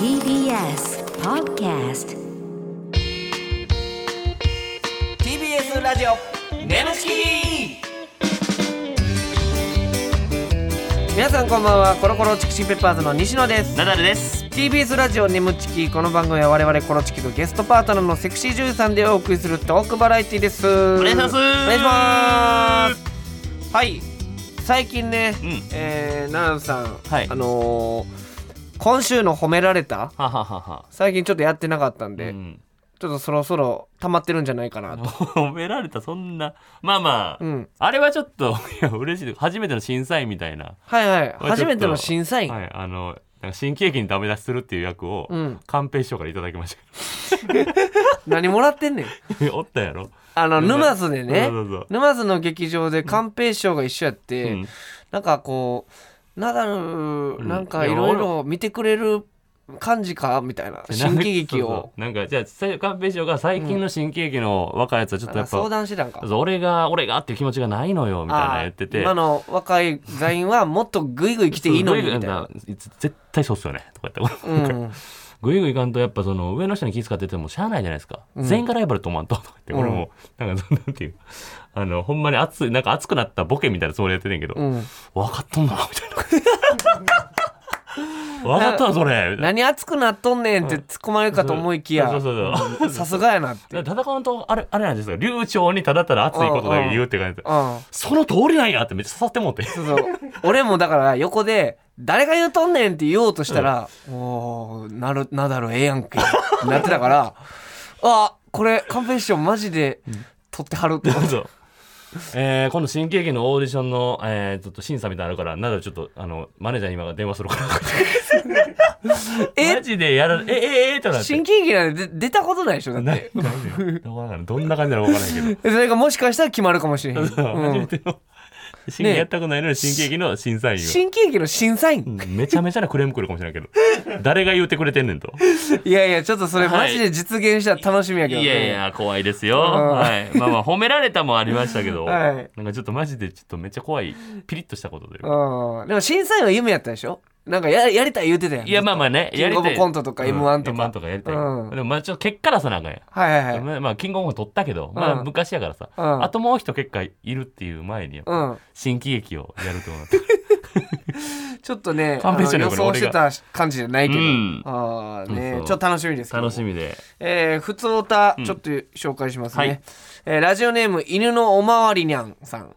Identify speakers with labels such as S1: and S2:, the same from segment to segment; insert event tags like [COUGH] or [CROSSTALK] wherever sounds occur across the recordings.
S1: TBS Podcast
S2: TBS ラジオネムチキ
S3: 皆さんこんばんはコロコロチキチキペッパーズの西野です
S2: ナダルです
S3: TBS ラジオネムチキこの番組は我々コロチキとゲストパートナーのセクシー女優さんでお送りするトークバラエティですお
S2: 願いします
S3: お願いしますはい最近ね、
S2: うん
S3: えー、ナナさん、
S2: はい
S3: あのー、今週の褒められた
S2: はははは
S3: 最近ちょっとやってなかったん
S2: う
S3: で、
S2: ん、
S3: ちょっとそろそろ溜まってるんじゃないかなと
S2: 褒められたそんなまあまあ、
S3: うん
S2: あれはちょっといや嬉しい初めての審査員みたいな、
S3: はいはい
S2: ょっと
S3: 初めての審査員、
S2: はい、あのなんか新喜劇にダメ出しするっていう役を、
S3: うん
S2: 寛平師匠からいただきまし
S3: 何もらってんねん [LAUGHS]
S2: たおったやろ
S3: あの
S2: うん
S3: 沼津でね
S2: そうそうそう
S3: 沼津の劇場で寛平師匠が一緒やって、
S2: うん
S3: なんかこうナダル
S2: ん
S3: なんかいろいろ見てくれる感じかみたいな新喜劇を
S2: なんかそうそうなんかじゃあさ寛平師匠が最近の新喜劇の若いやつはちょっとや
S3: あ
S2: っぱ、
S3: 相談してたんか
S2: そう俺が俺がっていう気持ちがないのよみたいな
S3: あ
S2: 言ってて
S3: 今の若い座員はもっとグイグイ来ていいのにみ
S2: そう
S3: たいな、
S2: グイグイ絶対そうっすよねとか言って
S3: うん、
S2: グイグイいかんとやっぱその上の人に気遣っててもしゃあないじゃないですか、全員がライバルと思わんととか言って俺もなんかそんなんていうあのほんまに熱いなんか熱くなったボケみたいなつもりでやってんねんけど、
S3: うん、
S2: 分かっとんな [LAUGHS] みたいな分かったわそれみたいな
S3: 何熱くなっとんねんって突っ込まれるかと思いきや
S2: そうそうそうそう
S3: さすがやなって、
S2: だから戦うとあれあれなんですよ流暢にただただ熱いことだけ言うって感じで
S3: うん、
S2: その通りなんやってめっちゃ刺さってもうて
S3: そうそう俺もだから横で誰が言うとんねんって言おうとしたら、おーなるなだろええやんけなってたから [LAUGHS] あこれカンペンションマジで取ってはると思っ
S2: どう
S3: て
S2: ぞ。えー、今度新喜劇のオーディションの、えー、ちょっと審査みたいなのあるからなだちょっとあのマネージャーに今電話するから
S3: え
S2: マジでやらええええってなって
S3: 新喜劇なんて出出たことないでしょだっ
S2: ない
S3: て
S2: ないのよわからんどんな感じなのかわからないけど
S3: それがもしかしたら決まるかもしれへん、
S2: 初
S3: う
S2: め
S3: ん、
S2: ての新劇やったことないのに新喜劇の審査員を
S3: 新喜劇の審査員、
S2: うんめちゃめちゃなクレーム来るかもしれないけ
S3: [LAUGHS]
S2: ど誰が言うてくれてんねんと
S3: いやいやちょっとそれマジで実現したら楽しみや
S2: い
S3: けど、
S2: や
S3: ね、
S2: いや怖いですよ、
S3: うん
S2: はい、まあまあ褒められたもありましたけど、
S3: はい
S2: なんかちょっとマジでちょっとめっちゃ怖いピリッとしたことというか
S3: うん、でも審査員は夢やったでしょなんかややりたい言うてたやん
S2: いやまあまあね
S3: キングオブ
S2: やりたい
S3: コントとか M1 とか
S2: M1 とかやりたい、
S3: うん
S2: でもまあちょっと結果出さなあかんやん
S3: はいはいはい
S2: まあ、まあキングオブコント取ったけど、ま
S3: う
S2: あ、
S3: ん
S2: 昔やからさ、
S3: うん
S2: あともう一結果いるっていう前にやっぱ
S3: うん
S2: 新喜劇をやると思って
S3: ちょっとね、あ
S2: 勘弁
S3: の
S2: してね
S3: 予想してた感じじゃないけど、
S2: うん
S3: ああね
S2: そう、
S3: ちょっと [LAUGHS] 楽しみですけど。
S2: 楽し。みで
S3: えー、普通おた、ちょっと紹介しますね。
S2: はい
S3: えーラジオネーム、犬のおまわりにゃんさん。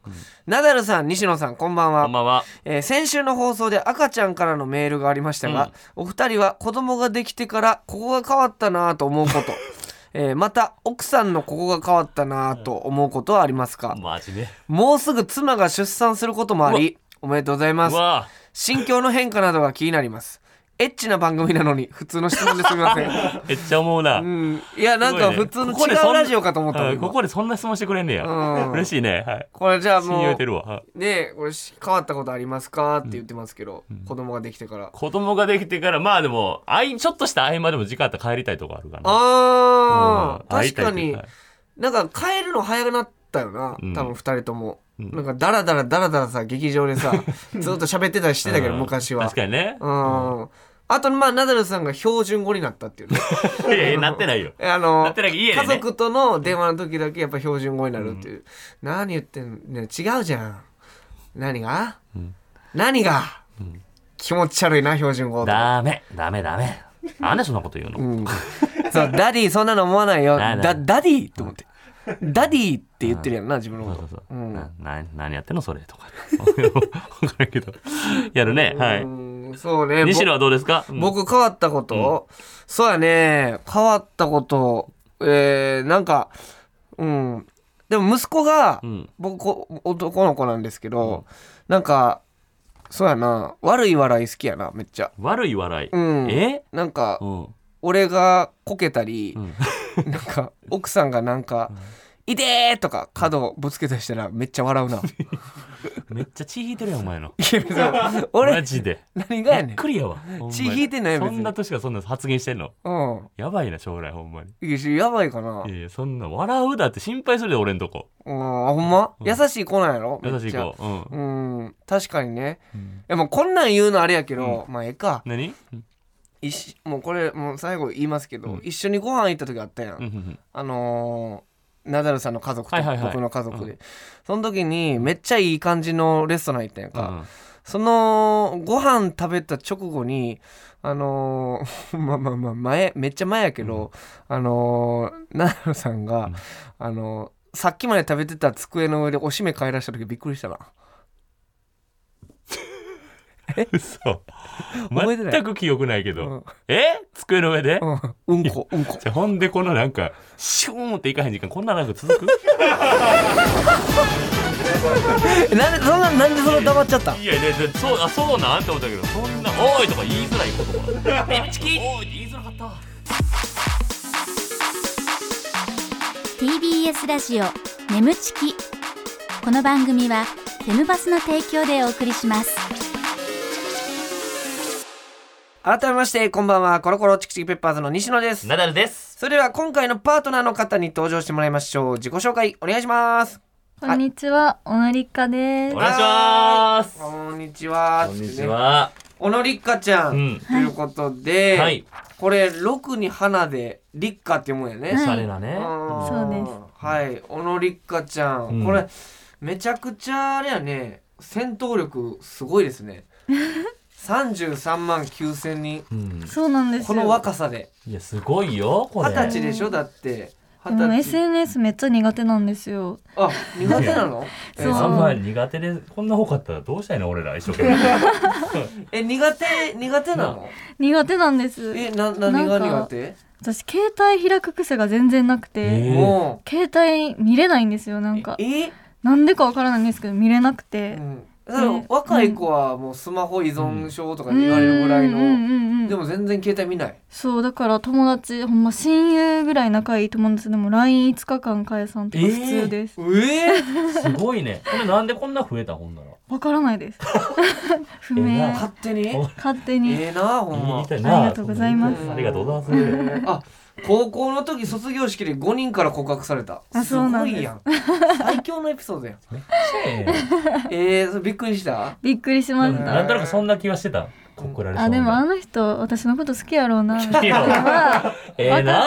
S3: ナダルさん、西野さん、こんばんは。
S2: こんばんは
S3: えー先週の放送で赤ちゃんからのメールがありましたが、お二人は子供ができてからここが変わったなぁと思う
S2: [LAUGHS]
S3: こと、えーまた奥さんのここが変わったなぁと思うことはありますか、
S2: マジで
S3: もうすぐ妻が出産することもありおめでとうございま
S2: う
S3: す
S2: わ
S3: 心境の変化などが気になりますエッチな番組なのに普通の質問ですみません、
S2: [LAUGHS] めっちゃ思うな、
S3: うん、いやなん
S2: す
S3: か
S2: ごいね
S3: 普通の
S2: ここ
S3: 違
S2: でそん
S3: うラジオかと思ったもん
S2: あこ
S3: 今
S2: こでそんな質問してくれんねや、
S3: うん
S2: 嬉しいねはい
S3: これじゃあ
S2: 信
S3: も
S2: 用
S3: う
S2: てるわはい
S3: ねえこれ変わったことありますかって言ってますけど、子供ができてから、
S2: 子供ができてからまあでもあいちょっとした合間でも時間あったら帰りたいとこあるからなうん
S3: あー確か
S2: 会い
S3: に
S2: たいという
S3: なんか帰るの早くなったよな
S2: うん
S3: 多分2人とも、
S2: ん
S3: なんかダラダラダラダラさ劇場で
S2: [LAUGHS]
S3: さずっと喋ってたりしてたけど
S2: うん
S3: 昔は
S2: 確かにね
S3: うんあとまあナダルさんが標準語になったっていうね
S2: いやいやなってないよ
S3: あの
S2: なってないけど家でね
S3: 家族との電話の時だけやっぱ標準語になるっていう、何言ってんの違うじゃん何が、何が、気持ち悪いな標準語
S2: ダメダメダメなんでそんなこと言うの、
S3: うんそうダディそんなの思わないよ
S2: ないない
S3: だダディと思ってダディって言ってるやんな自分の
S2: そう
S3: こ
S2: そ
S3: と
S2: うそうう。
S3: ん
S2: なな何やってんのそれとか。 [LAUGHS] わからんけど。やるね。は
S3: う
S2: い。
S3: んそうねぼ
S2: 西野はどうですか
S3: 僕変わったこと、そうやね変わったことえー、なんかうんでも息子が、
S2: うん
S3: 僕こ男の子なんですけど、なんかそうやな悪い笑い好きやなめっちゃ
S2: 悪い笑い。
S3: うん
S2: え
S3: なんか
S2: うん。
S3: 俺がこけたり、
S2: うん
S3: なんか奥さんがなんか、 「いてー!」とか角ぶつけたりしたらめっち
S2: [LAUGHS]
S3: ゃ笑うない
S2: めっちゃ血引いてるやんお前
S3: [LAUGHS]
S2: の
S3: や別に
S2: マ
S3: 俺
S2: ジで
S3: 何が
S2: び
S3: やね
S2: っ
S3: ん
S2: くりやわほんまに
S3: 血引いてない別
S2: そ
S3: に
S2: んな年がそんな発言してんの
S3: うん
S2: やばいな将来ほんまに
S3: いやしやばいかない
S2: やいやそんな笑うだって心配するで俺んとこ
S3: うんあほんま、
S2: うん
S3: 優しい子なんやろめ
S2: 優
S3: っ
S2: しい
S3: ちゃ
S2: 子うん
S3: うん確かにね、いやもうこんなん言うのあれやけど、まあええか
S2: 何
S3: 一緒もうこれもう最後言いますけど、
S2: うん
S3: 一緒にご飯行った時あったやん、
S2: うんうんうん
S3: あのーナダルさんの家族と
S2: はいはいはい
S3: 僕の家族で、
S2: う
S3: その時にめっちゃいい感じのレストラン行ったやん
S2: う
S3: か、
S2: ん
S3: そのご飯食べた直後にあのー [LAUGHS] まあまあまあ前めっちゃ前やけど、あのーナダルさんが、
S2: うん
S3: あのーさっきまで食べてた机の上でおしめ買い出した時びっくりしたな
S2: [LAUGHS] 嘘
S3: 覚えてない
S2: 全く記憶ないけ
S3: う
S2: ど
S3: ん
S2: え机の上で
S3: うんうんこうんこ
S2: じゃあほんでこのなんかシューンっていかへん時間こんななんか [LAUGHS] 続く
S3: [LAUGHS] えなんでそんななんでそんな黙っちゃったん
S2: いやいやいやそうあそうなんって思ったけどそんな「おい!」とか言いづらいことか「エビチキ!」おいって言いづらかった
S4: TBS ラジオ眠ちきこの番組はテムバスの提供でお送りします
S3: 改めましてこんばんはコロコロチキチキペッパーズの西野です
S2: ナダルです
S3: それでは今回のパートナーの方に登場してもらいましょう自己紹介お願いします
S5: こんにちは、小野立花です
S2: お。願いします
S3: こんにちは
S2: こんにちは
S3: 小野りっかちゃん、
S2: うん
S3: ということで、
S2: はい
S3: これ六に花でりっかって読むんや
S2: お
S3: ね、
S2: しゃれなね
S3: あー
S5: そうです
S3: はい小野りっかちゃん、
S2: うん
S3: これめちゃくちゃあれやね戦闘力すごいです
S5: [LAUGHS]
S3: ね33万9000人
S2: うん
S5: そうなんですよ。
S3: この若さで
S2: いやすごいよこ
S3: 二
S2: れ
S3: 十歳でしょだって
S5: でも
S3: 二十歳
S5: SNS めっちゃ苦手なんですよ。
S3: あ苦手なの
S5: [LAUGHS] そ
S2: え
S5: う
S2: あんまり苦手でこんな多かったらどうしたいの俺ら一生懸
S3: [LAUGHS]
S2: 命
S3: え苦手苦手なの
S5: 苦手なんです。
S3: えな何が
S5: な
S3: 苦
S5: んか
S3: 手
S5: 私携帯開く癖が全然なくて、
S2: えー
S3: も
S5: 携帯見れないんですよ。な
S3: うん
S5: か
S3: え
S5: なんでかわからないんですけど見れなくて
S3: う。んだから若い子はもうスマホ依存症とか言われるぐらい
S5: うんうん
S3: の
S5: うんうん
S3: でも全然携帯見ない
S5: そうだから友達ほんま親友ぐらい仲いい友達でも LINE5 日間返さんとか普通です。
S3: ええ
S2: すごいねこれなんでこんな増えたほんなら
S5: わからない
S2: [LAUGHS]
S5: です。不
S2: え
S5: 明
S2: な。
S3: 勝手に
S2: ほん
S5: 勝手に。
S3: ええなほんま
S2: 言いたい
S5: あ
S2: な
S5: りがとうございます
S2: ありがとうございます
S3: あ高校の時卒業式で5人から告白された
S5: あ
S3: す
S5: そうな
S3: ご
S5: んです
S3: いやん最強のエピソードやんええそれびっくりした
S5: びっくりしました。
S2: なんとなくそんな気はしてた告られそうな
S5: あでもあの人私のこと好きやろうな。
S2: いいよええな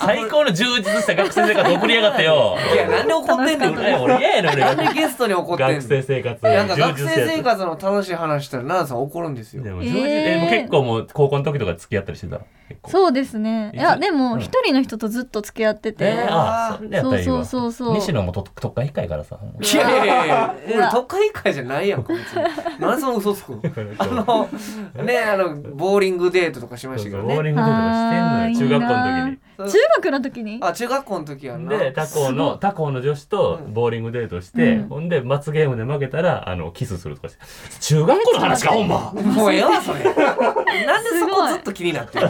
S2: 最高の充実した学生生活送りやがってよ
S3: いやなんで怒ってんねん
S5: 楽しか
S2: 俺俺嫌やねん俺
S3: なんでゲストに怒ってん
S2: 学
S3: の
S2: 生生活
S3: なんか学
S2: 充実し
S3: 生
S2: たやつ
S3: 生活の楽しい話したら奈々さん怒るんですよ
S2: でも
S5: え
S2: 充
S5: ー
S2: 実えもう結構もう高校の時とか付き合ったりしてた結構
S5: そうですね。いや
S2: いつ
S5: で
S2: う
S5: も
S2: ん
S5: 一人の人とずっと付き合って
S2: え
S5: て
S2: ー、。あそれやったらいいわ
S5: そうそうそうそう
S2: 西野もと特化控えから
S3: [LAUGHS]
S2: さ
S3: いやいやいやいやえ
S5: うわ
S3: 都会会じゃないやんか別になんでその嘘つくのあのねあのボーリングデートとかしましたけど
S2: ボー
S3: ね
S2: リングとかしてんのよ中学校の時に
S5: 中学の時に。
S3: あ中学校の時やんな
S2: で他校の他校の女子とボーリングデートして、
S5: うん
S2: ほんで罰ゲームで負けたらあのキスするとかして中学校の話かほんま
S3: もうええわそれなんでそこずっと気になってる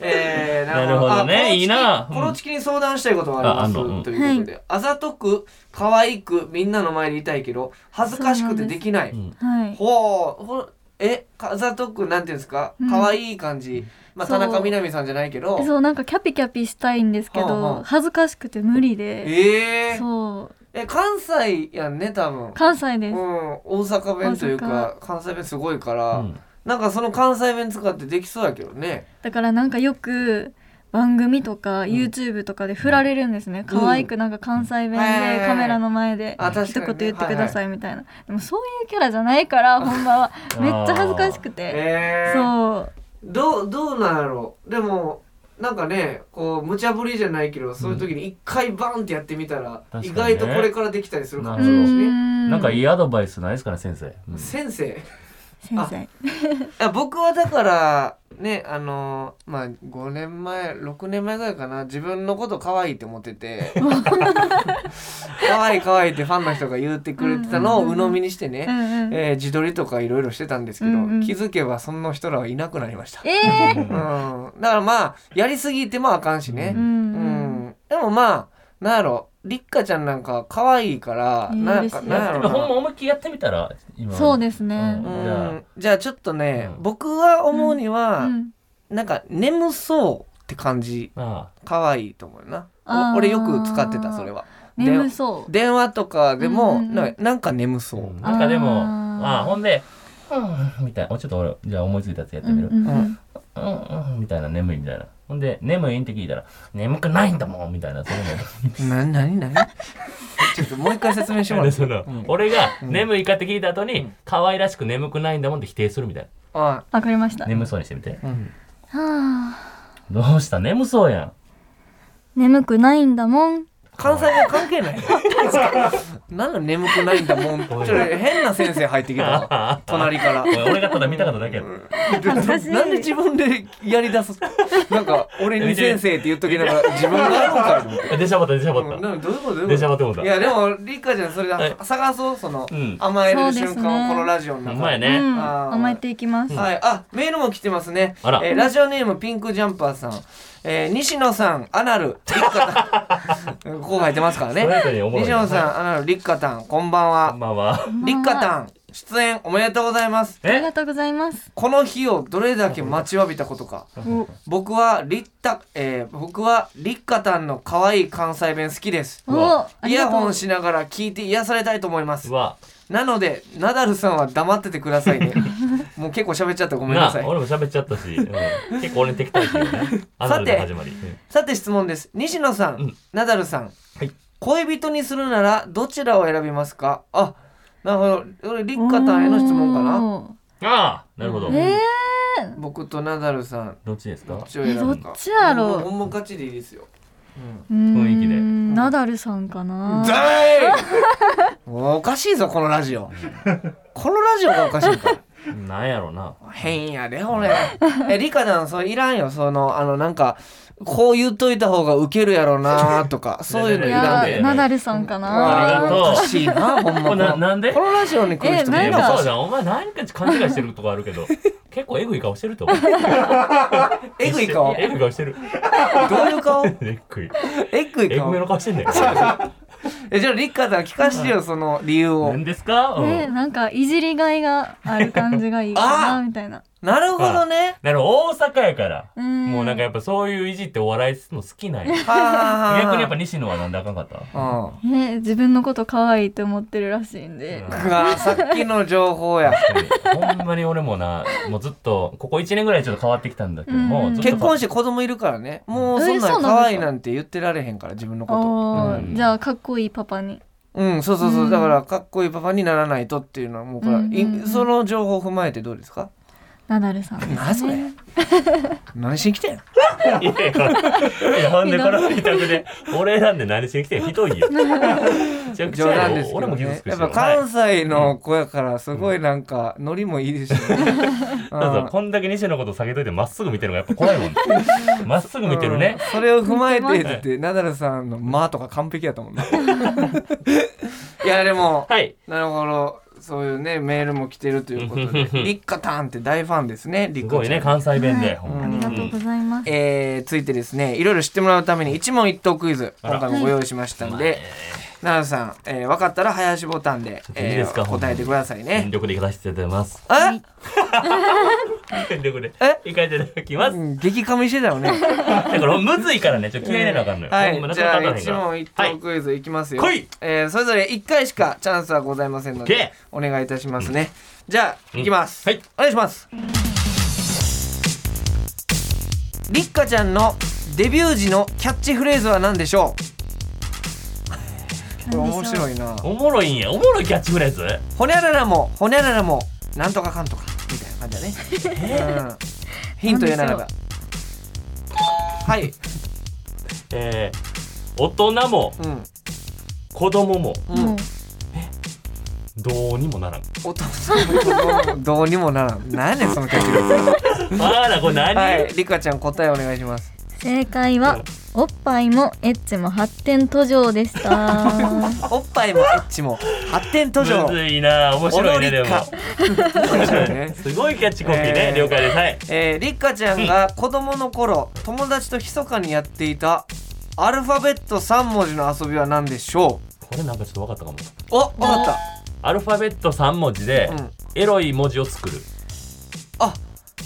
S3: えー、
S2: なるほどね
S3: あコロチキ
S2: いいなうん
S3: コロチキに相談したいことがあります
S2: ああんのうん
S3: ということで、あざとく可愛くみんなの前でいたいけど恥ずかしくてできない
S2: うん
S5: はい。
S3: ほうほうえあざとくなんていうんですか
S5: うん
S3: 可愛い感じ、まあ
S5: そ
S3: 田
S5: う
S3: 中みな実さんじゃないけど
S5: そうなんかキャピキャピしたいんですけ
S3: はあはあ
S5: ど恥ずかしくて無理で。
S3: えー、
S5: そう
S3: え関西やんね多分
S5: 関西
S3: う
S5: で
S3: ん
S5: す。
S3: 大阪弁というか関西弁すごいから、
S2: うん
S3: なんかその関西弁使ってできそうやけどね
S5: だからなんかよく。番組とか YouTube とかで振られるんですね、可愛くなんか関西
S3: う
S5: 弁
S3: ん
S5: でカメラの前で
S3: あ確か
S5: 一
S3: に
S5: 言
S3: ね
S5: 言ってくださいみたいな、でもそういうキャラじゃないからほん
S3: [LAUGHS]
S5: まはめっちゃ恥ずかしくて、
S3: えー、
S5: そう
S3: どうどうなんやろうでもなんかねこう無茶ぶりじゃないけどそういう時に一回バンってやってみたら、
S2: うん
S3: 意外とこれからできたりするかもし
S2: な
S3: れ
S2: るほ
S3: ない
S2: ど
S3: し
S5: う
S3: ね
S5: ん
S2: なんかいいアドバイスないですかね先生、うん
S3: 先生
S5: 先生
S3: あ僕はだからねあのまあ5年前6年前ぐらいかな自分のこと可愛いって思って
S5: [LAUGHS]
S3: て可愛い可愛いってファンの人が言ってくれてたのを鵜呑みにして
S5: う
S3: ね、
S5: んうん
S3: えー自撮りとかいろいろしてたんですけど、
S5: うんうん
S3: 気づけばその人らはいなくなりました。
S5: え
S3: うん、だからまあやりすぎてもあかんしね、
S5: ー、うん
S3: うんでもまあなんやろりっかちゃんなんか可愛いから、
S5: えー
S3: なん
S5: 嬉
S3: か
S5: しい
S3: なんやろ
S2: ほんま
S3: な
S2: 思いっきりやってみたら今
S5: そうですね
S2: う。
S3: う
S2: じゃあ
S3: んじゃあちょっとね、
S2: うん
S3: 僕は思うに
S5: う
S3: は、
S5: ん。
S3: なんか眠そうって感じ
S2: あ
S3: 可愛いと思うな
S5: あー
S3: お俺よく使ってたそれはで
S5: 眠そう。
S3: 電話とかでも、
S5: うんうんうん
S3: なんかなんか眠そ
S2: あ
S3: う、
S2: うんなんかでも
S5: あー
S2: ああほんでうんみたいなおちょっと俺じゃあ思いついたやつやってみる
S5: うんうん
S2: う
S5: うん
S2: んうんみたいな眠いみたいなほんで眠いんって聞いたら眠くないんだもんみたいなそれも
S3: ななに [LAUGHS] なにちょっともう一回説明してもら
S2: で
S3: って
S2: その
S3: うん
S2: 俺が眠いかって聞いた後に、可愛らしく眠くないんだもんって否定するみたい
S3: あ
S5: わかりました。
S2: な。
S5: は
S2: 眠そうにしてみて。
S3: うん
S5: あ。
S2: どうした眠そうやん。
S5: 眠くないんだもん。
S3: 関西語関係ないなんだ眠くないんだもんちょっと変な先生入ってきた [LAUGHS] わ隣から
S2: おい俺がただ見たかっただけやろ。
S3: でな
S5: 私
S3: なんで自分でやりだすなんか俺に先生って言っときながら自分がやるんかいと思って
S2: 出しゃばった出しゃば
S3: うん
S2: っ
S3: なんかどういうことど
S2: た。
S3: うい
S2: 出
S3: う
S2: しゃ
S3: こ
S2: ばってもう
S3: と
S2: た
S3: い。やでもリカちゃんそれ
S2: はい
S3: だ探そうその
S2: うん
S3: 甘えれる
S5: そう
S3: 瞬
S5: ですね
S3: 間をこのラジオの
S2: う
S3: 中
S2: まい
S5: うん。
S2: ね。
S3: あー
S5: 甘えていきます。
S3: はい、あメールも来てますね、
S2: あら
S3: えーラジオネームピンクジャンパーさん、えー西野さんアナルリッカタン [LAUGHS] こう入ってますから
S2: ストレー
S3: ね
S2: トにおもろい
S3: 西野さんアナルリッカタンこんばん
S2: こん
S3: は
S2: ばんは。
S5: んば
S3: リ
S5: んは
S3: ッカタン出演おめでとうございます
S5: ありが
S2: え
S5: とうございます。
S3: この日をどれだけ待ちわびたことか
S5: お、
S3: 僕はリッタ、えー僕はリッカタンの可愛い関西弁好きです
S2: う
S5: お
S2: わ、
S5: あ
S3: イ
S5: り
S3: ヤ
S5: がと
S3: ホ
S5: う
S3: ン。しながら聞いて癒されたいと思います
S2: うわ。
S3: なのでナダルさんは黙っててくだ
S2: [LAUGHS]
S3: さいねもう結構喋っちゃってごめんな
S2: な
S3: さい
S2: 俺も喋っちゃったし、うん結構俺に敵対してる
S3: [LAUGHS]
S2: ね。アナルで始まり。うん
S3: さて質問です西野さん、
S2: うん
S3: ナダルさん
S2: はい。
S3: 恋人にするならどちらを選びますかあなるほど俺リッカタンへの質問かな
S5: おー。
S2: ああなるほど。
S5: え
S3: 僕とナダルさん
S2: どっちです
S3: ど
S2: か
S3: っちを選ぶ
S5: えど
S3: か
S5: っちやろう
S3: ほんまガチでいいですよ、うん
S5: ー、雰
S2: 囲気で
S5: ナダルさんかな。
S3: だい [LAUGHS] おかしいぞこのラ
S2: [LAUGHS]
S3: ジオこのラジオがおかしいか
S2: なんやろな。
S3: 変やで俺 [LAUGHS] えリカちゃんそれいらんよそのあのなんかこう言っといた方がウケるやろな
S2: [LAUGHS]
S3: とかそういうの
S5: い
S3: いらん
S5: や
S3: で
S5: ー、ナダルさんか
S2: あり
S5: な。
S2: がとう
S3: おかしいなほんま
S2: これななんで
S3: このラジオに来る人
S5: え
S2: で
S5: なん
S2: も
S5: か
S2: そうじゃん。お前何か勘違いしてるとこあるけ
S3: [LAUGHS]
S2: ど、結構エグい顔してると思う。
S3: えぐい顔
S2: エグい顔してる。
S3: どういう顔
S2: エグい。
S3: えぐい
S2: エグめ
S3: 顔
S2: の顔してんね
S3: [LAUGHS]
S2: ん。
S3: えじゃあリカちゃん聞かしてよその理由を
S2: 何ですかうん
S5: ね、なんかいじりがいがある感じがいいか
S3: あ
S5: なみたいな。
S3: なるほどね
S2: だから大阪やから、
S5: うん
S2: もうなんかやっぱそういういじってお笑いするの好き
S3: [LAUGHS]
S2: なんや
S3: は
S2: 逆にやっぱ西野はなんであかんかった
S3: うん
S5: ね、自分のこと可愛いって思ってるらしいんで。
S3: うわさっきの情報や
S2: ほんまに俺もなもうずっとここ1年ぐらいちょっと変わってきたんだけども、
S5: うん
S2: ずっと
S3: 結婚して子供いるからねもうそん
S5: え
S3: な
S5: そ
S3: ん
S5: うなんですか
S3: 可愛いなんて言ってられへんから自分のこ
S5: ああ、
S2: うん
S5: じゃあかっこいいパパに。
S3: とうんそうそうそう、
S5: うん
S3: だからかっこいいパパにならないとっていうのはもうこれ、
S5: うんうんうん
S3: いその情報を踏まえてどうですか
S5: ナダルさんですね。
S3: 何それ [LAUGHS] 何しに来てん
S2: いやいやほんでこの委託で俺選んで何しに来てんひどいよめちゃくちゃ
S3: 冗
S2: や
S3: 談
S2: ろ
S3: ですけ
S2: 俺
S3: ど、
S2: も傷つ
S3: ね、
S2: くし
S3: やっ
S2: よ
S3: ぱ関西の子やからすごいなんかノリもいいですし、ね
S2: はいそうそうこんだけ西野のこと下げといてまっすぐ見てるのがやっぱ怖い
S3: [LAUGHS]
S2: もんねまっすぐ見てるね
S3: うん、それを踏まえてってナダルさんの「間」とか完璧やと思うね
S2: [LAUGHS]
S3: いやでも
S2: はい
S3: なるほどそういうねメールも来てるということでリッカタンって大ファンですねリ
S2: す
S3: ッ
S2: ご
S3: カ
S2: い
S3: ちゃ
S2: ね
S3: ん
S2: 関西弁で、ほん
S5: あ
S2: ま
S5: り
S2: に
S5: がとうございます。
S3: えー、ついてですねいろいろ知ってもらうために一問一答クイズ
S2: あら
S3: 今回もご用意しましたんで奈良さん、えー、分かったら早押しボタンで,、
S2: いい
S3: え
S2: で
S3: ー
S2: すかほんまに
S3: 答えてください
S2: 全
S3: ね
S2: 力で行かせていただきます
S3: え
S2: 全力で
S3: え
S2: 行かせていただきます
S3: うん激かみしてたよね
S2: だからむずいからねちょっと気合い入れなあかんのよ、
S3: は
S2: ほんま
S3: い
S2: な
S3: じ
S2: かな
S3: ゃ
S2: か
S3: あ
S2: 当たらへん
S3: 一
S2: から
S3: 問一
S2: は
S3: 答
S2: い
S3: クイズいきますよ、
S2: 来い
S3: えーそれぞれ1回しかチャンスはございませんので
S2: OK
S3: お願いいたしますねじゃあ
S2: うん
S3: いきます、
S2: はい
S3: お願いしますりっかちゃんのデビュー時のキャッチフレーズは何でしょうこれ面白いな
S2: おもろいんやおもろいキャッチフレーズ
S3: ほにゃららもほにゃららもなんとかかんとかみたいな感じだね、うん、ヒント言うならばはい
S2: えー、大人も
S3: うん
S2: 子供も
S3: うん、
S5: もう
S2: どうにもならん
S3: お父さんもどうにもならん何やねんそのキャッチフレーズ
S2: あらこれ何、
S3: はい、リカちゃん答えお願いします。
S4: 正解はおっぱいもエッチも発展途上でした
S2: [LAUGHS]
S3: おっぱいもエッチも発展途上
S2: む。ずいな面白いねでも
S3: お面白いね
S2: [LAUGHS] すごいキャッチコピーね、
S3: えー
S2: 了解ですはい
S3: えー、リカちゃんが子供の頃友達と密かにやっていたアルファベット3文字の遊びは何でしょ
S2: これなんかちょっと分かったかも
S3: うおわかった
S2: アルファベット3文字で
S3: うん
S2: エロい文字を作る、
S3: あ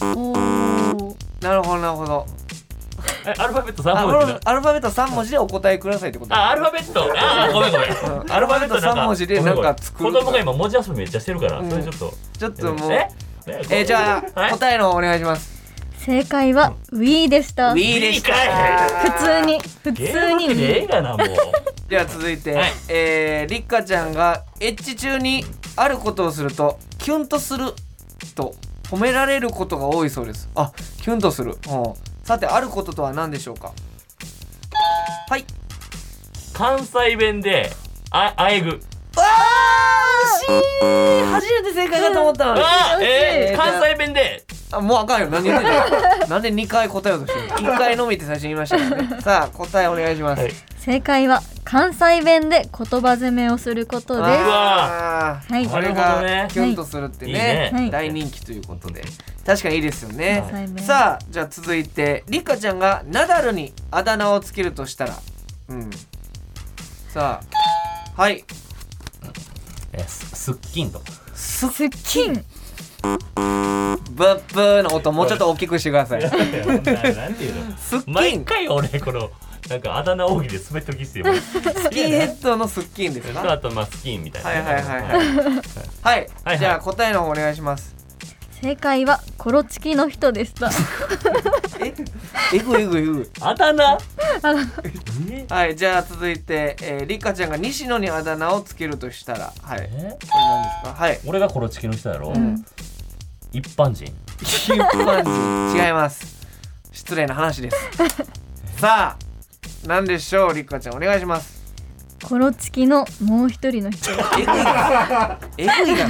S5: おー
S3: なるほどなるほど
S2: えアルファベット3
S3: あ
S2: 文字だ
S3: アルファベット3文字でお答えくださいってこと
S2: あアルファベットあーごめんごめ
S3: うんんアルファベット三文字でなんか作る
S2: 子供が今文字遊びめっちゃしてるから、
S3: うん
S2: それちょっと
S3: ちょっともう
S2: え
S3: えーじゃあ
S2: はい
S3: 答えの方お願いします
S5: 正解は Wii でした
S3: ウ
S5: 普
S3: ィーでした
S2: い
S5: 通に普
S2: ゲ
S5: 通
S2: ーム
S5: に
S2: 機で
S5: Wii
S2: ええがなもう
S3: では続いて、
S2: はい
S3: えー、りっかちゃんがエッチ中にあることをするとキュンとすると褒められることが多いそうですあキュンとする、うん、さてあることとは何でしょうかはい
S2: 関西弁でああえぐ
S3: わあ惜しい初めて正解かと思ったのに
S2: あーえー、
S3: えーじゃあ
S2: 関西弁で
S3: あもうあかんよ何言ってんのなんで2回答えようとしてるの1回のみって最初に言いましたからねさあ答えお願いします、
S2: はい
S5: 正解は関西弁で言葉攻めをすることです
S2: わ
S3: あー
S5: はい
S3: これ
S2: なるほど
S3: が
S2: ね
S3: キュンとするって
S2: は
S3: ね,、
S2: い
S5: いいねはい
S3: 大人気ということで確かにいいですよね、
S5: 関西弁
S3: さあじゃあ続いてりかちゃんがナダルにあだ名をつけるとしたらうんさあはい
S2: えーすすっきんとか
S3: す
S5: すっきん
S3: ブッブーの音もうちょっと大きくしてください
S2: 何ていうの
S3: すっ
S2: [LAUGHS]
S3: きん
S2: 毎回俺このなんかあだ名奥義で滑ってる気してよ
S3: スキンヘッドのスッキンで
S2: そ
S3: す
S2: れと
S3: か
S2: あとまあスキンみたいな
S3: はいはいはいはいはい、
S2: はい
S3: じゃあ答えの方お願いします
S5: 正解はコロチキの人
S2: [LAUGHS]
S5: でした
S3: ええぐいえぐいえぐい
S2: あだ名え
S3: はいじゃあ続いて、えー、りかちゃんが西野にあだ名をつけるとしたらはいこれ
S2: え
S3: 何ですかはい
S2: 俺がコロチキの人やろ、
S3: ん
S2: 一般人
S3: 一般人違います失礼な
S2: [LAUGHS]
S3: 話ですさあ何でしょうりかちゃんお願いします
S5: コロチキのもう一人の人
S3: えぐいがえぐいが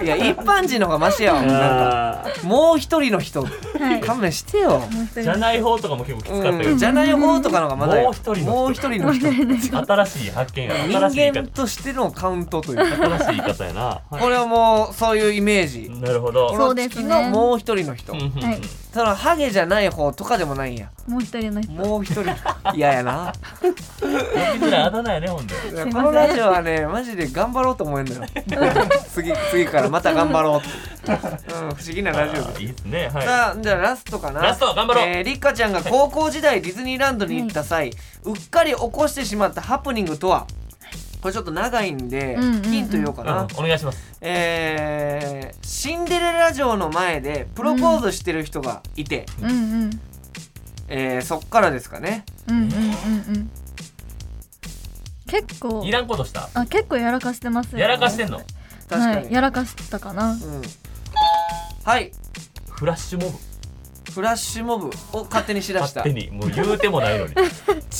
S3: いや一般人の方がマシやわなんか
S2: あ
S3: もう一人の人
S5: はい
S3: 勘弁してよ、
S5: もう一
S2: ー
S5: 人
S2: じゃない方とかも結構きつかったけど、
S3: うん、じゃない方とかの方がまだ
S2: もう一人の人
S3: もう一人の人
S2: 新しい発見や
S3: 人
S2: 新しい言い
S3: 間
S2: 方
S3: としてのカウントというか
S2: 新しい言い方やな、は
S3: これはもうそういうイメージ、
S2: い、なるほど
S5: そうですね
S3: コロチキのもう一人の人、
S2: うんうんうん
S5: はい
S3: そのハゲじゃない方とかでもないんや
S5: もう一人の人
S3: もう一人嫌や
S5: [LAUGHS]
S3: な
S2: 呼びづらいあだ名やねほんで
S3: このラジオはねマジで頑張ろうと思えんの
S5: [LAUGHS]
S3: よ次次からまた頑張ろう
S2: [LAUGHS]
S3: って、うん、不思議なラジオ
S2: あ
S3: で
S2: ー
S3: す
S2: いいですねはい
S3: さあじゃあラストかな
S2: ラスト頑張ろう
S3: えー、りっかちゃんが高校時代ディズニーランドに行った際、うっかり起こしてしまったハプニングとはこれちょっと長いんで、
S5: うんうんうん
S3: ヒント言おうか
S2: う
S3: な、
S2: んお願いします
S3: えーシンデレラ城の前でプロポーズしてる人がいて、
S5: うんうん
S3: えーそっからですかね
S5: うんうんうんうん結構
S2: いらんことした
S5: あ結構やらかしてますよね
S2: やらかしてんの
S3: 確かに、
S5: はいやらかしたかな
S3: うんはい
S2: フラッシュモブ
S3: フラッシュモブを勝手にしだした
S2: 勝手にもう言うてもないのに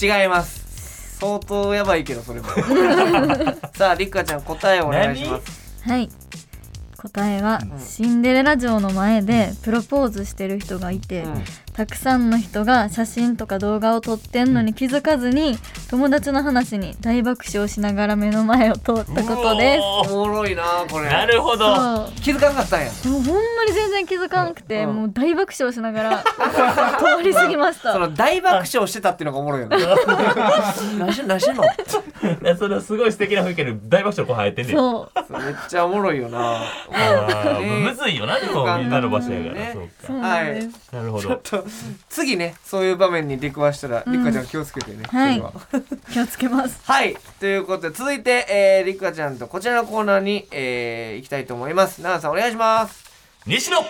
S3: 違います相当やばいけどそれもさありっかちゃん答えをお願いします
S5: はい答えは、
S3: うん
S5: シンデレラ城の前でプロポーズしてる人がいて、
S3: うん
S5: たくさんの人が写真とか動画を撮ってんのに気づかずに友達の話に大爆笑しながら目の前を通ったことです
S3: おもろいなこれ
S2: なるほど
S5: そう
S3: 気づかなかったんや
S5: でもほんまに全然気づかなくて、
S3: うん
S5: もう大爆笑しながら通り過ぎまし
S3: [LAUGHS] そ
S5: た
S3: の大爆笑してたっていうのがおもろいよね何してんの何してんの
S2: いやそれはすごい素敵な風景で大爆笑こう生えてんねん
S5: そう
S3: それめっちゃおもろいよな
S2: あ
S3: ね
S2: ーむずいよなでもみんなの場所やから
S3: ね
S2: そう
S5: そう
S2: か
S5: なんです、
S2: なるほ
S3: ちょっ
S2: ど
S3: と次ねそういう場面に出くわしたら、りっかちゃん気をつけてね、
S5: はい
S3: それは
S5: 気をつけます
S3: はい。ということで、続いて、えー、りっかちゃんとこちらのコーナーに、えー、行きたいと思います。奈々さん、お願いします。
S2: 西野 NTR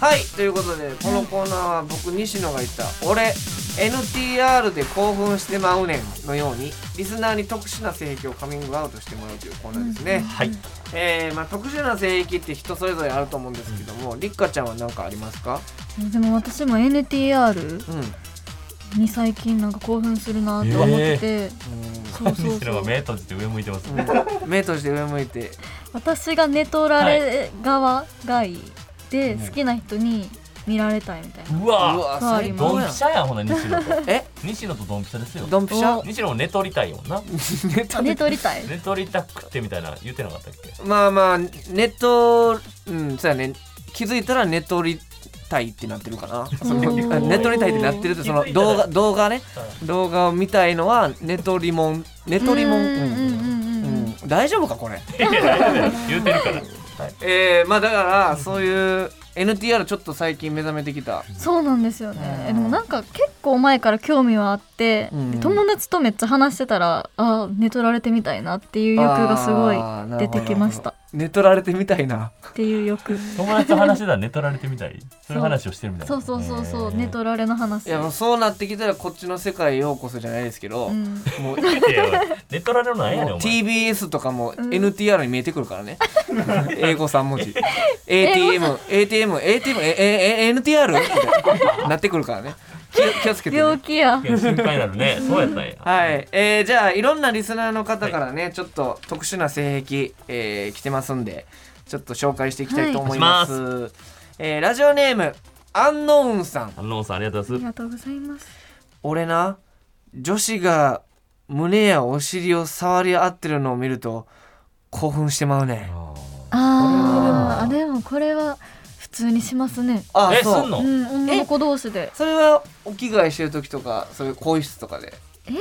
S3: はい。ということで、このコーナーは僕、西野が言った、俺、NTR で興奮してまうねんのように、リスナーに特殊な性癖をカミングアウトしてもらうというコーナーですね。
S2: はい
S3: えー、まあ、特殊な性癖って人それぞれあると思うんですけども、りっかちゃんは何かありますか
S5: でも私も NTR
S3: うん。
S5: に最近なんか興奮するなと思ってて、そうそ
S2: 西
S5: う
S2: 野
S5: そ
S2: が
S5: う
S2: 目閉じて上向いてますね
S3: うん [LAUGHS] 目閉じて上向いて、
S5: 私が寝取られ側がいいで好きな人に見られたいみたいな
S2: う
S3: う
S2: わ
S3: わ、
S5: 変わり
S3: 最
S5: ま
S2: ド
S3: 高
S2: ン
S3: や
S2: ピ
S3: ん
S2: シ。ャやんほな西野と
S3: え
S2: 西野とドンピシャですよ
S3: ドンピシャ
S5: お
S2: 西野も寝取りたいもんな
S3: ネタ
S5: 寝取りたい
S2: 寝取りたくてみたいな言ってなかったっけ
S3: まあまあネットうんそうやね気づいたら寝取りたいってなってるかな
S5: ー
S3: [LAUGHS] そのあネトリたいってなってるってその動画動画ね動画を見たいのはネトリモンネトリモン
S5: うんうん
S3: うん
S5: うんうん
S3: うん大丈夫かこれ
S2: 言うてるから
S3: えー、まあだからそういう NTR ちょっと最近目覚めてきた
S5: そうなんですよね
S3: うん
S5: えでもなんか結構前から興味はあって、
S3: うん
S5: で友達とめっちゃ話してたらあー寝取られてみたいなっていう欲がすごい出てきまし
S3: あーなるほど
S5: た
S3: 寝取られてみたいな
S5: っていう
S3: [LAUGHS]
S5: 欲
S2: 友達と話してたら寝取られてみたいそういう話をしてるみたいな
S5: そうそうそうそう
S2: へー
S5: 寝取られの話
S3: いやもうそうなってきたらこっちの世界へようこそじゃないですけど、
S5: うん
S3: もう
S2: いやいや寝取られるのなんやねん
S3: もう
S2: お前
S3: TBS とかも
S5: うん
S3: NTR に見えてくるからね英語3文字
S5: [LAUGHS]
S3: ATMATMATM えええ NTR みたいななってくるから
S5: [LAUGHS]
S3: ね気を気をつけて、
S5: 病
S3: ね、
S5: 気や
S2: いや心配になる
S3: [LAUGHS]
S2: ねそうやったんや
S3: はい、えー、じゃあいろんなリスナーの方からね、ちょっと特殊な性癖、えー、来てますんでちょっと紹介していきたいと思います,、
S2: はい
S3: えーラジオネームアンノーンさん
S2: 安納さんありがとうご
S5: あ
S2: ざい
S5: り
S2: ます
S5: がとうございます
S3: 俺な女子が胸やお尻を触り合ってるのを見ると興奮してまうね
S2: あ
S5: あーあでもこれは普通にしますね
S3: あ
S2: ーえ
S3: そう
S2: すんの
S5: うん女の子同士で
S3: それはお着替えしてる時とかそういう更衣室とかで
S5: いや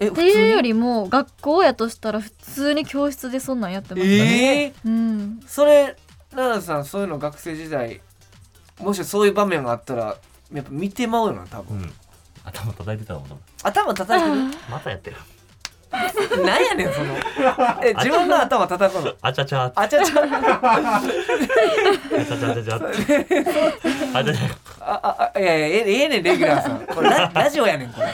S3: え
S5: っていうよ
S3: り
S5: りも学校やとしたら普通に教室でそんなんやってましたね、
S3: えー、
S5: うん
S3: それ奈々さんそういうの学生時代もしそういう場面があったらやっぱ見てまうよな多
S2: う
S3: 分、
S2: ん頭叩いてたもん
S3: 頭叩いて
S2: またやってる
S3: るなんやねんそのえ自分の頭叩くの
S2: あちゃちゃあち
S3: あちゃちゃ
S2: ゃちゃちゃちゃ
S3: [LAUGHS]
S2: ちゃあちゃちゃ
S3: あ、あ、いやいや、ええええねん、レギュラーさん。これラ、ラジオやねん、これ。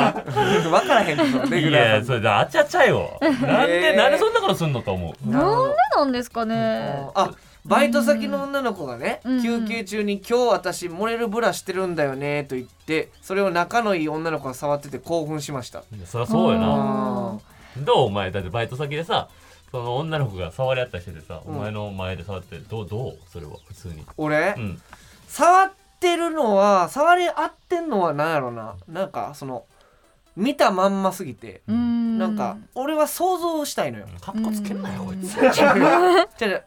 S3: わからへんの、そのレ
S2: い
S3: ギュ
S2: や
S3: ラー
S2: いや
S3: さ
S2: そ
S3: ん。
S2: れであちゃちゃよなん
S3: え
S2: で
S3: ー
S2: なんでそんなことすんのと思う
S3: なるほ
S5: なん
S3: ど
S5: でなんですかね
S3: あ、バイト先の女の子がね、
S5: うん
S3: 休憩中に今日私漏れるブラしてるんだよねと言って、それを仲のいい女の子が触ってて興奮しました。
S2: いやそりゃそうよ
S5: あ
S2: な
S3: あ
S2: どうお前だってバイト先でさその女の子が触り合ったりしててさ、お前の前で触ってどうどうそれは普通に
S3: 俺、
S2: うん
S3: 触ってるのは、触り合ってんのはなんやろな。なんか、その、見たまんますぎて、
S5: うん
S3: なんか、俺は想像したい
S5: [LAUGHS]
S3: のよ。
S2: かっこつけんなよこいつ
S3: 違う違う違う
S2: 盛り上がり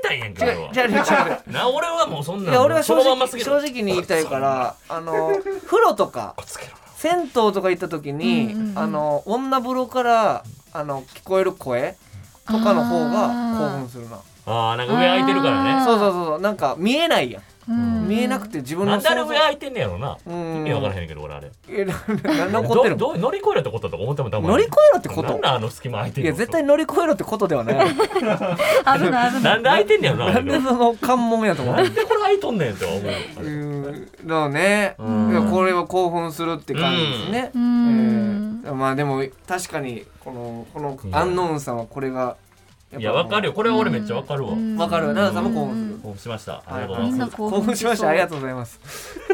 S2: たいんやんけ
S3: 違
S2: 俺
S3: う
S2: は
S3: 違
S2: [LAUGHS]
S3: う違う違う
S2: な俺はもうそん
S3: い
S2: な
S3: や俺は
S2: そ
S3: 正
S2: のまんま
S3: 直
S2: すぎる
S3: 正直に言いたいからあの風呂とか
S2: かっこつけろ
S3: 銭湯とか行った時に、
S5: うんうんうん
S3: あの女風呂からあの聞こえる声とかの方が興奮するな
S2: あーなんか上空いてるから
S5: あ
S2: ね
S5: ー
S3: そうそうそうそうなんか見えないやん、
S5: うん
S3: 見えなくて自分
S2: な
S3: の
S2: んであれ
S3: 像
S2: 上空いてんねやろな
S3: うん
S2: 意味わからへんけど俺あれ
S3: えなな何怒ってるの
S2: どう乗り越えろってことだと思っても多分
S3: 乗り越えろってこ
S2: なん
S3: と
S2: なんあの隙間空いてん
S3: い
S2: の
S3: や絶対乗り越えろってことではない
S5: [LAUGHS] 危
S3: [LAUGHS]
S5: ない危ない
S2: なんで空いてんねやろな
S3: な
S2: [LAUGHS] あ
S3: ん
S2: れ
S3: で [LAUGHS] その関門やと思う
S2: なんでこれ空いとんねんって思うあ
S3: う
S2: れ
S3: んだからね、
S2: うん
S3: いやこれは興奮するって感じですね、
S5: うん
S3: えーまあでも確かにこのこの
S2: うん
S3: アンノーンさんはこれが
S2: いやわかるよこれは俺めっちゃわかるわ
S5: うん
S3: わかるよなさんも興奮する
S2: 興奮しましたあ
S3: は
S2: り
S3: い
S2: がとうござい
S5: みん
S2: ま
S5: な
S2: す
S5: 興
S3: [LAUGHS]
S5: 奮
S3: 興奮しましたありがとうございます
S5: [LAUGHS]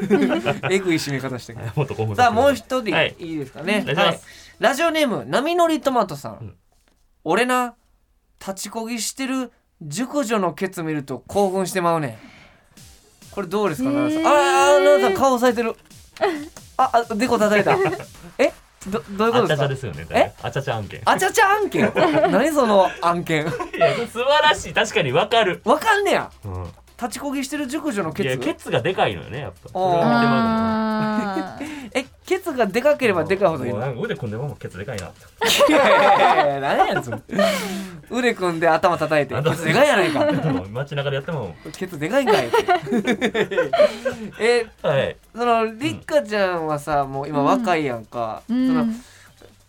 S3: えぐい締め方して
S2: もっと興奮
S3: さあもう一人
S2: はい
S3: いいですか
S2: お
S3: ね、
S2: 願いします
S3: ラジオネーム波乗りトマトさん、
S2: うん
S3: 俺な立ちこぎしてる熟女のケツ見ると興奮してまうねんこれどうですか奈々さんああ奈々さん顔押さえてるああでこ叩
S2: [LAUGHS]
S3: いたえどどういうこ
S2: あちゃ
S3: とです
S2: ちゃ
S3: か
S2: ですよね
S3: え
S2: あちゃちゃ案件
S3: あちゃちゃ案件何その案件
S2: いや素晴らしい確かにわかる、
S3: わかんねや
S2: うん、
S3: 立ちこぎしてる熟女のケ
S2: いや
S3: ツ
S2: ケツがでかいのよねやっぱ
S3: おー
S2: それは見てまう
S5: あー
S3: えケツがでかければでかいほどいい
S2: もうな
S3: の
S2: んか腕組んでもケツでかいなって
S3: いやいやいや何やねんそれ腕組んで頭叩いてケツでかいやないか
S2: [LAUGHS] でも街中でやっても
S3: ケツでかいんかいって [LAUGHS] え
S2: はい
S3: そのりっかちゃんはさもう今若いやんか、
S5: うん
S3: その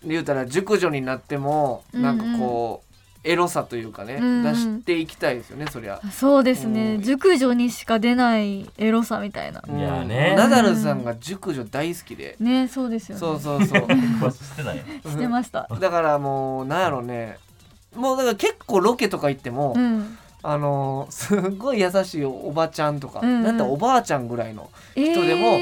S3: 言うたら熟女になっても
S5: うん
S3: なんかこう、エロさというかね、
S5: うん
S3: 出していきたいですよねそりゃ。
S5: そうです
S3: う
S5: ね
S3: ん
S5: 熟女にしか出ないエロさみたいな
S2: やーね
S3: うんナダルさんが熟女大好きで、
S5: ねそうですよね
S3: そうそうそう
S2: 詳ししてない
S5: [LAUGHS] してました
S3: だからもうなんやろねもうだから結構ロケとか行っても、
S5: うん
S3: あのーすごい優しいおばちゃんとか、
S5: うんうん
S3: なんだおばあちゃんぐらいの
S5: 人
S3: でも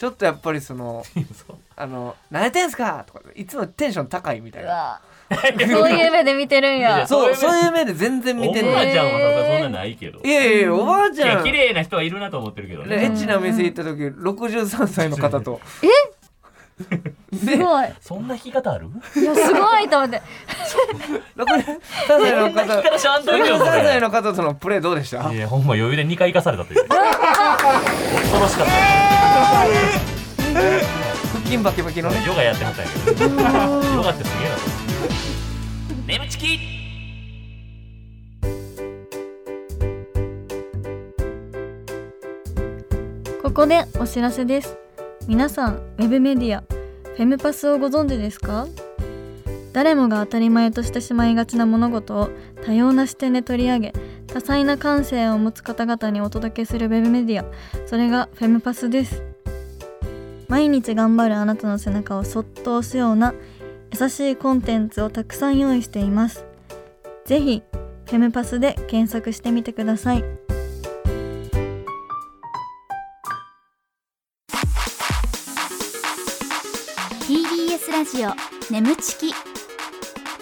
S3: ちょっとやっぱりその
S2: そう
S3: 「あの何やってんすか!」とかいつもテンション高いみたいうな [LAUGHS]
S5: わそういう目で見てるんや
S3: そう
S2: そう
S3: そう
S2: いう
S3: いう目で全然見
S2: おばあ
S3: て
S2: ち
S3: ない、
S5: え
S2: ゃんはさそんなないけど
S3: いやいやいやおばあ
S2: い
S3: ちゃ
S2: や
S3: ん
S2: 綺麗な人はいるなと思ってるけど
S3: でエ
S2: ね
S3: ッチな店行った時63歳の方と
S5: すごい
S2: そんな弾き方ある
S5: いやすごいと思って
S3: 63歳の
S2: [LAUGHS] そんな弾
S3: 方
S2: き方しゃんといてよ
S3: 63
S2: それ
S3: 歳の方とのプレーどうでした
S2: いやほんま余裕で2回生かされたという恐ろしかった
S3: 腹筋バキバキのね
S2: ヨガやってはったんやけどヨガってすげえなと思って眠ちき
S5: ここでお知らせです皆さんウェブメディアフェムパスをご存知ですか誰もが当たり前としてしまいがちな物事を多様な視点で取り上げ多彩な感性を持つ方々にお届けするウェブメディアそれがフェムパスです毎日頑張るあなたの背中をそっと押すような優しいコンテンツをたくさん用意していますぜひフェムパスで検索してみてください
S4: ー TBS ラジオ眠ちき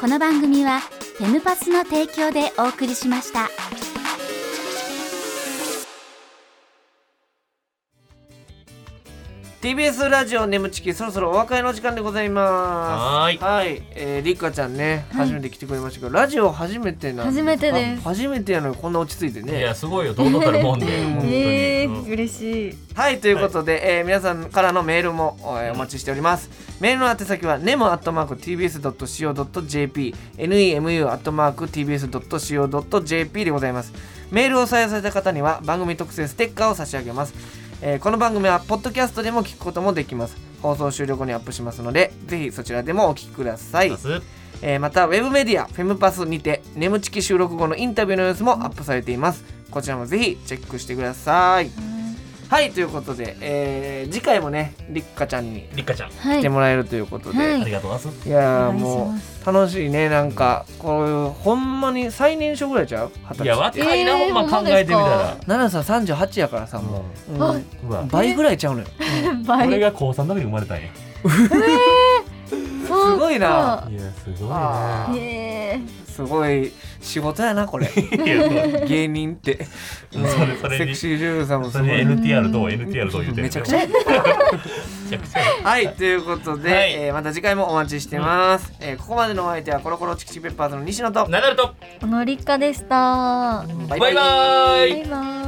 S4: この番組はフェムパスの提供でお送りしました
S3: ー TBS ラジオ眠ちきそろそろお別れの時間でございま
S2: はーい
S3: すはいえーりっかちゃんね初めて来てくれましたけどラジオ初めてなん
S5: 初めてです
S3: あ初めてやのにこんな落ち着いて
S2: い
S3: ね
S2: やすごいよ堂々たるもんで
S3: [LAUGHS]
S2: 本当に、
S5: え
S2: うん
S5: ー、嬉しい
S3: はいということで、えー皆さんからのメールもお,、えーお待ちしておりますメールの宛先は nemo.tbs.co.jp nemu.tbs.co.jp でございますメールを採用された方には番組特製ステッカーを差し上げます、えーこの番組はポッドキャストでも聞くこともできます放送終了後にアップしますのでぜひそちらでもお聞きくださいえーまたウェブメディアフェムパスにて眠ちき収録後のインタビューの様子もアップされていますこちらもぜひチェックしてくださいはいということで、えー次回もねりっかちゃんに
S2: りっかちゃん
S5: は
S3: 来
S5: い
S3: てもらえるということで、、
S5: はいい
S2: ありがとうございます
S3: やー
S5: お願いし
S3: も
S5: ま
S3: う楽しいねなんかこういうほんまに最年少ぐらいちゃう二十
S2: いや
S3: 歳って
S2: 若いな、
S5: えー
S2: ほんま考えてみたら
S3: 奈々さん38やからさもう、うん
S5: あ
S2: うわ
S3: 倍ぐらいちゃうのよ、うん
S2: これ
S5: 倍
S2: が高3の時に生まれたんや
S5: そう
S3: すごいない
S2: やすごい
S3: あ
S5: か
S2: な
S5: へえ
S3: すごい仕事や
S2: [LAUGHS]
S3: なこれ
S2: いやそう
S3: 芸人って、うん
S2: それそれに
S3: セクシー女優さんも
S2: そ
S3: すごいな
S2: れで NTR どう NTR どう言うてんの
S3: めちゃくちゃやね
S2: めちゃくちゃ
S3: はいということで、
S2: はい
S3: えーまた次回もお待ちしてます、えーここまでのお相手はコロコロチキチキペッパーズの西野と
S2: ナダルと
S5: 小野立花でした
S2: バイバーイ
S5: バイバイ